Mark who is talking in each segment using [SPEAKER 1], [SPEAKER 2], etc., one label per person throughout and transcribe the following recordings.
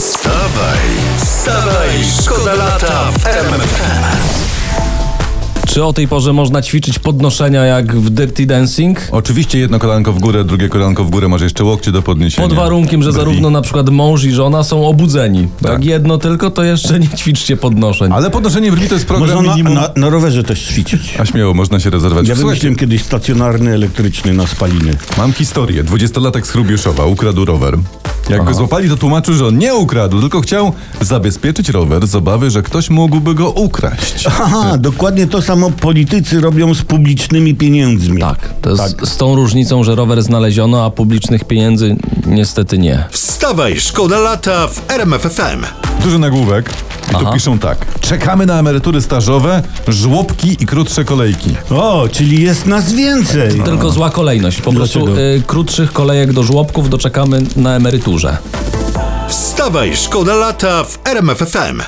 [SPEAKER 1] Wstawaj, wstawaj, szkoda lata w RMFFM.
[SPEAKER 2] Czy o tej porze można ćwiczyć podnoszenia jak w Dirty Dancing?
[SPEAKER 3] Oczywiście jedno kolanko w górę, drugie kolanko w górę, masz jeszcze łokcie do podniesienia.
[SPEAKER 2] Pod warunkiem, że
[SPEAKER 3] Brwi.
[SPEAKER 2] zarówno na przykład mąż i żona są obudzeni. Tak. Jak
[SPEAKER 3] Tak.
[SPEAKER 2] jedno tylko, to jeszcze nie ćwiczcie podnoszeń.
[SPEAKER 3] Ale podnoszenie brwi to jest
[SPEAKER 4] Można
[SPEAKER 3] program
[SPEAKER 4] na,
[SPEAKER 3] minimum.
[SPEAKER 4] na, na rowerze też ćwiczyć.
[SPEAKER 3] A śmiało, można się rezerwować.
[SPEAKER 4] Ja
[SPEAKER 3] Słuchajcie,
[SPEAKER 4] wymyśliłem kiedyś stacjonarny elektryczny na spaliny.
[SPEAKER 3] mam historię. Dwudziestolatek z Chrubiuszowa ukradł rower. Jak go złapali, to tłumaczył, że on nie ukradł, tylko chciał zabezpieczyć rower z obawy, że ktoś mógłby go ukraść.
[SPEAKER 4] Aha, dokładnie to samo politycy robią z publicznymi pieniędzmi.
[SPEAKER 2] Tak, to jest z tą różnicą, że rower znaleziono, a publicznych pieniędzy niestety nie.
[SPEAKER 1] Wstawaj, szkoda lata w RMFFM.
[SPEAKER 3] Duży nagłówek. I tu piszą tak. Czekamy na emerytury stażowe, żłobki i krótsze kolejki.
[SPEAKER 4] O, czyli jest nas więcej.
[SPEAKER 2] Tylko zła kolejność. Po prostu
[SPEAKER 4] Dlaczego?
[SPEAKER 2] y, krótszych kolejek do żłobków doczekamy na emeryturze.
[SPEAKER 1] Wstawaj, szkoda lata w RMFFM.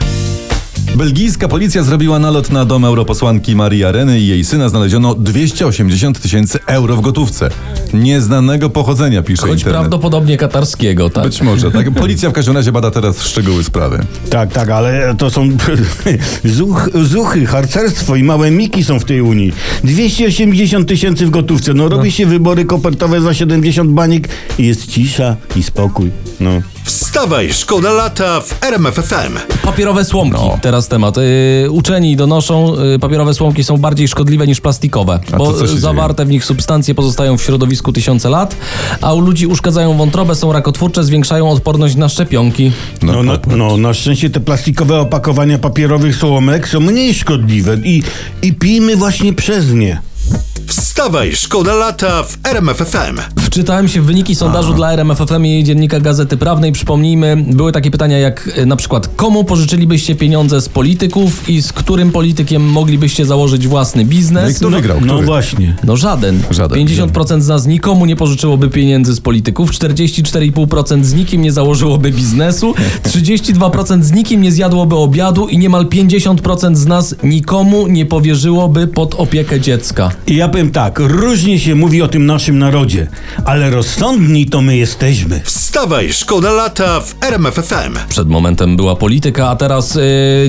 [SPEAKER 3] Belgijska policja zrobiła nalot na dom europosłanki Marii Areny i jej syna znaleziono 280 tysięcy euro w gotówce. Nieznanego pochodzenia, pisze
[SPEAKER 2] Choć
[SPEAKER 3] internet.
[SPEAKER 2] prawdopodobnie katarskiego, tak?
[SPEAKER 3] Być może, tak? Policja w każdym razie bada teraz szczegóły sprawy.
[SPEAKER 4] Tak, tak, ale to są zuch, zuchy, harcerstwo i małe miki są w tej Unii. 280 tysięcy w gotówce. No robi się wybory kopertowe za 70 banik i jest cisza i spokój. No.
[SPEAKER 1] Wstawaj, szkoda lata w RMFFM.
[SPEAKER 2] Papierowe słomki, No. teraz temat. Y, uczeni donoszą, y, papierowe słomki są bardziej szkodliwe niż plastikowe,
[SPEAKER 3] A
[SPEAKER 2] bo
[SPEAKER 3] to co się
[SPEAKER 2] zawarte w nich substancje pozostają w środowisku tysiące lat, a u ludzi uszkadzają wątrobę, są rakotwórcze, zwiększają odporność na szczepionki.
[SPEAKER 4] No, na, no, na szczęście te plastikowe opakowania papierowych słomek są mniej szkodliwe i, i pijmy właśnie przez nie.
[SPEAKER 1] Wstawaj, szkoda lata w RMFFM.
[SPEAKER 2] Wczytałem się w wyniki sondażu dla RMFFM i dziennika Gazety Prawnej. Przypomnijmy, były takie pytania jak y, na przykład komu pożyczylibyście pieniądze z polityków i z którym politykiem moglibyście założyć własny
[SPEAKER 3] No i
[SPEAKER 2] biznes?
[SPEAKER 3] kto wygrał?
[SPEAKER 4] No
[SPEAKER 3] Który?
[SPEAKER 4] właśnie.
[SPEAKER 2] No żaden.
[SPEAKER 3] Żaden.
[SPEAKER 2] 50% z nas nikomu nie pożyczyłoby pieniędzy z polityków, 44,5% z nikim nie założyłoby biznesu, 32% z nikim nie zjadłoby obiadu i niemal 50% z nas nikomu nie powierzyłoby pod opiekę dziecka.
[SPEAKER 4] I ja powiem tak, różnie się mówi o tym naszym narodzie, ale rozsądni to my jesteśmy.
[SPEAKER 1] Wstawaj, szkoda lata w RMFFM.
[SPEAKER 2] Przed momentem była polityka, a teraz y,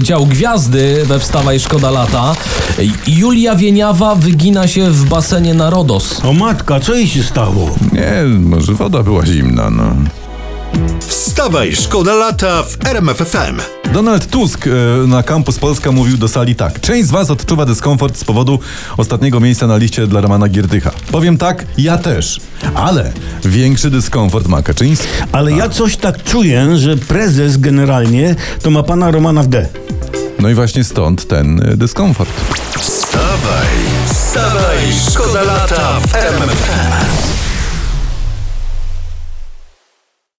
[SPEAKER 2] dział gwiazdy we Wstawaj Szkoda Lata. Julia Wieniawa wygina się w basenie na Rodos.
[SPEAKER 4] O matka, co jej się stało?
[SPEAKER 3] Nie, może woda była zimna, no.
[SPEAKER 1] Wstawaj, szkoda lata w RMFFM.
[SPEAKER 3] Donald Tusk e, na Campus Polska mówił do sali tak. Część z was odczuwa dyskomfort z powodu ostatniego miejsca na liście dla Romana Gierdycha. Powiem tak, ja też. Ale większy dyskomfort ma Kaczyński.
[SPEAKER 4] Ale ja coś tak czuję, że prezes generalnie to ma pana Romana w D.
[SPEAKER 3] No i właśnie stąd ten e, dyskomfort.
[SPEAKER 1] Wstawaj, wstawaj, szkoda lata w RMFFM.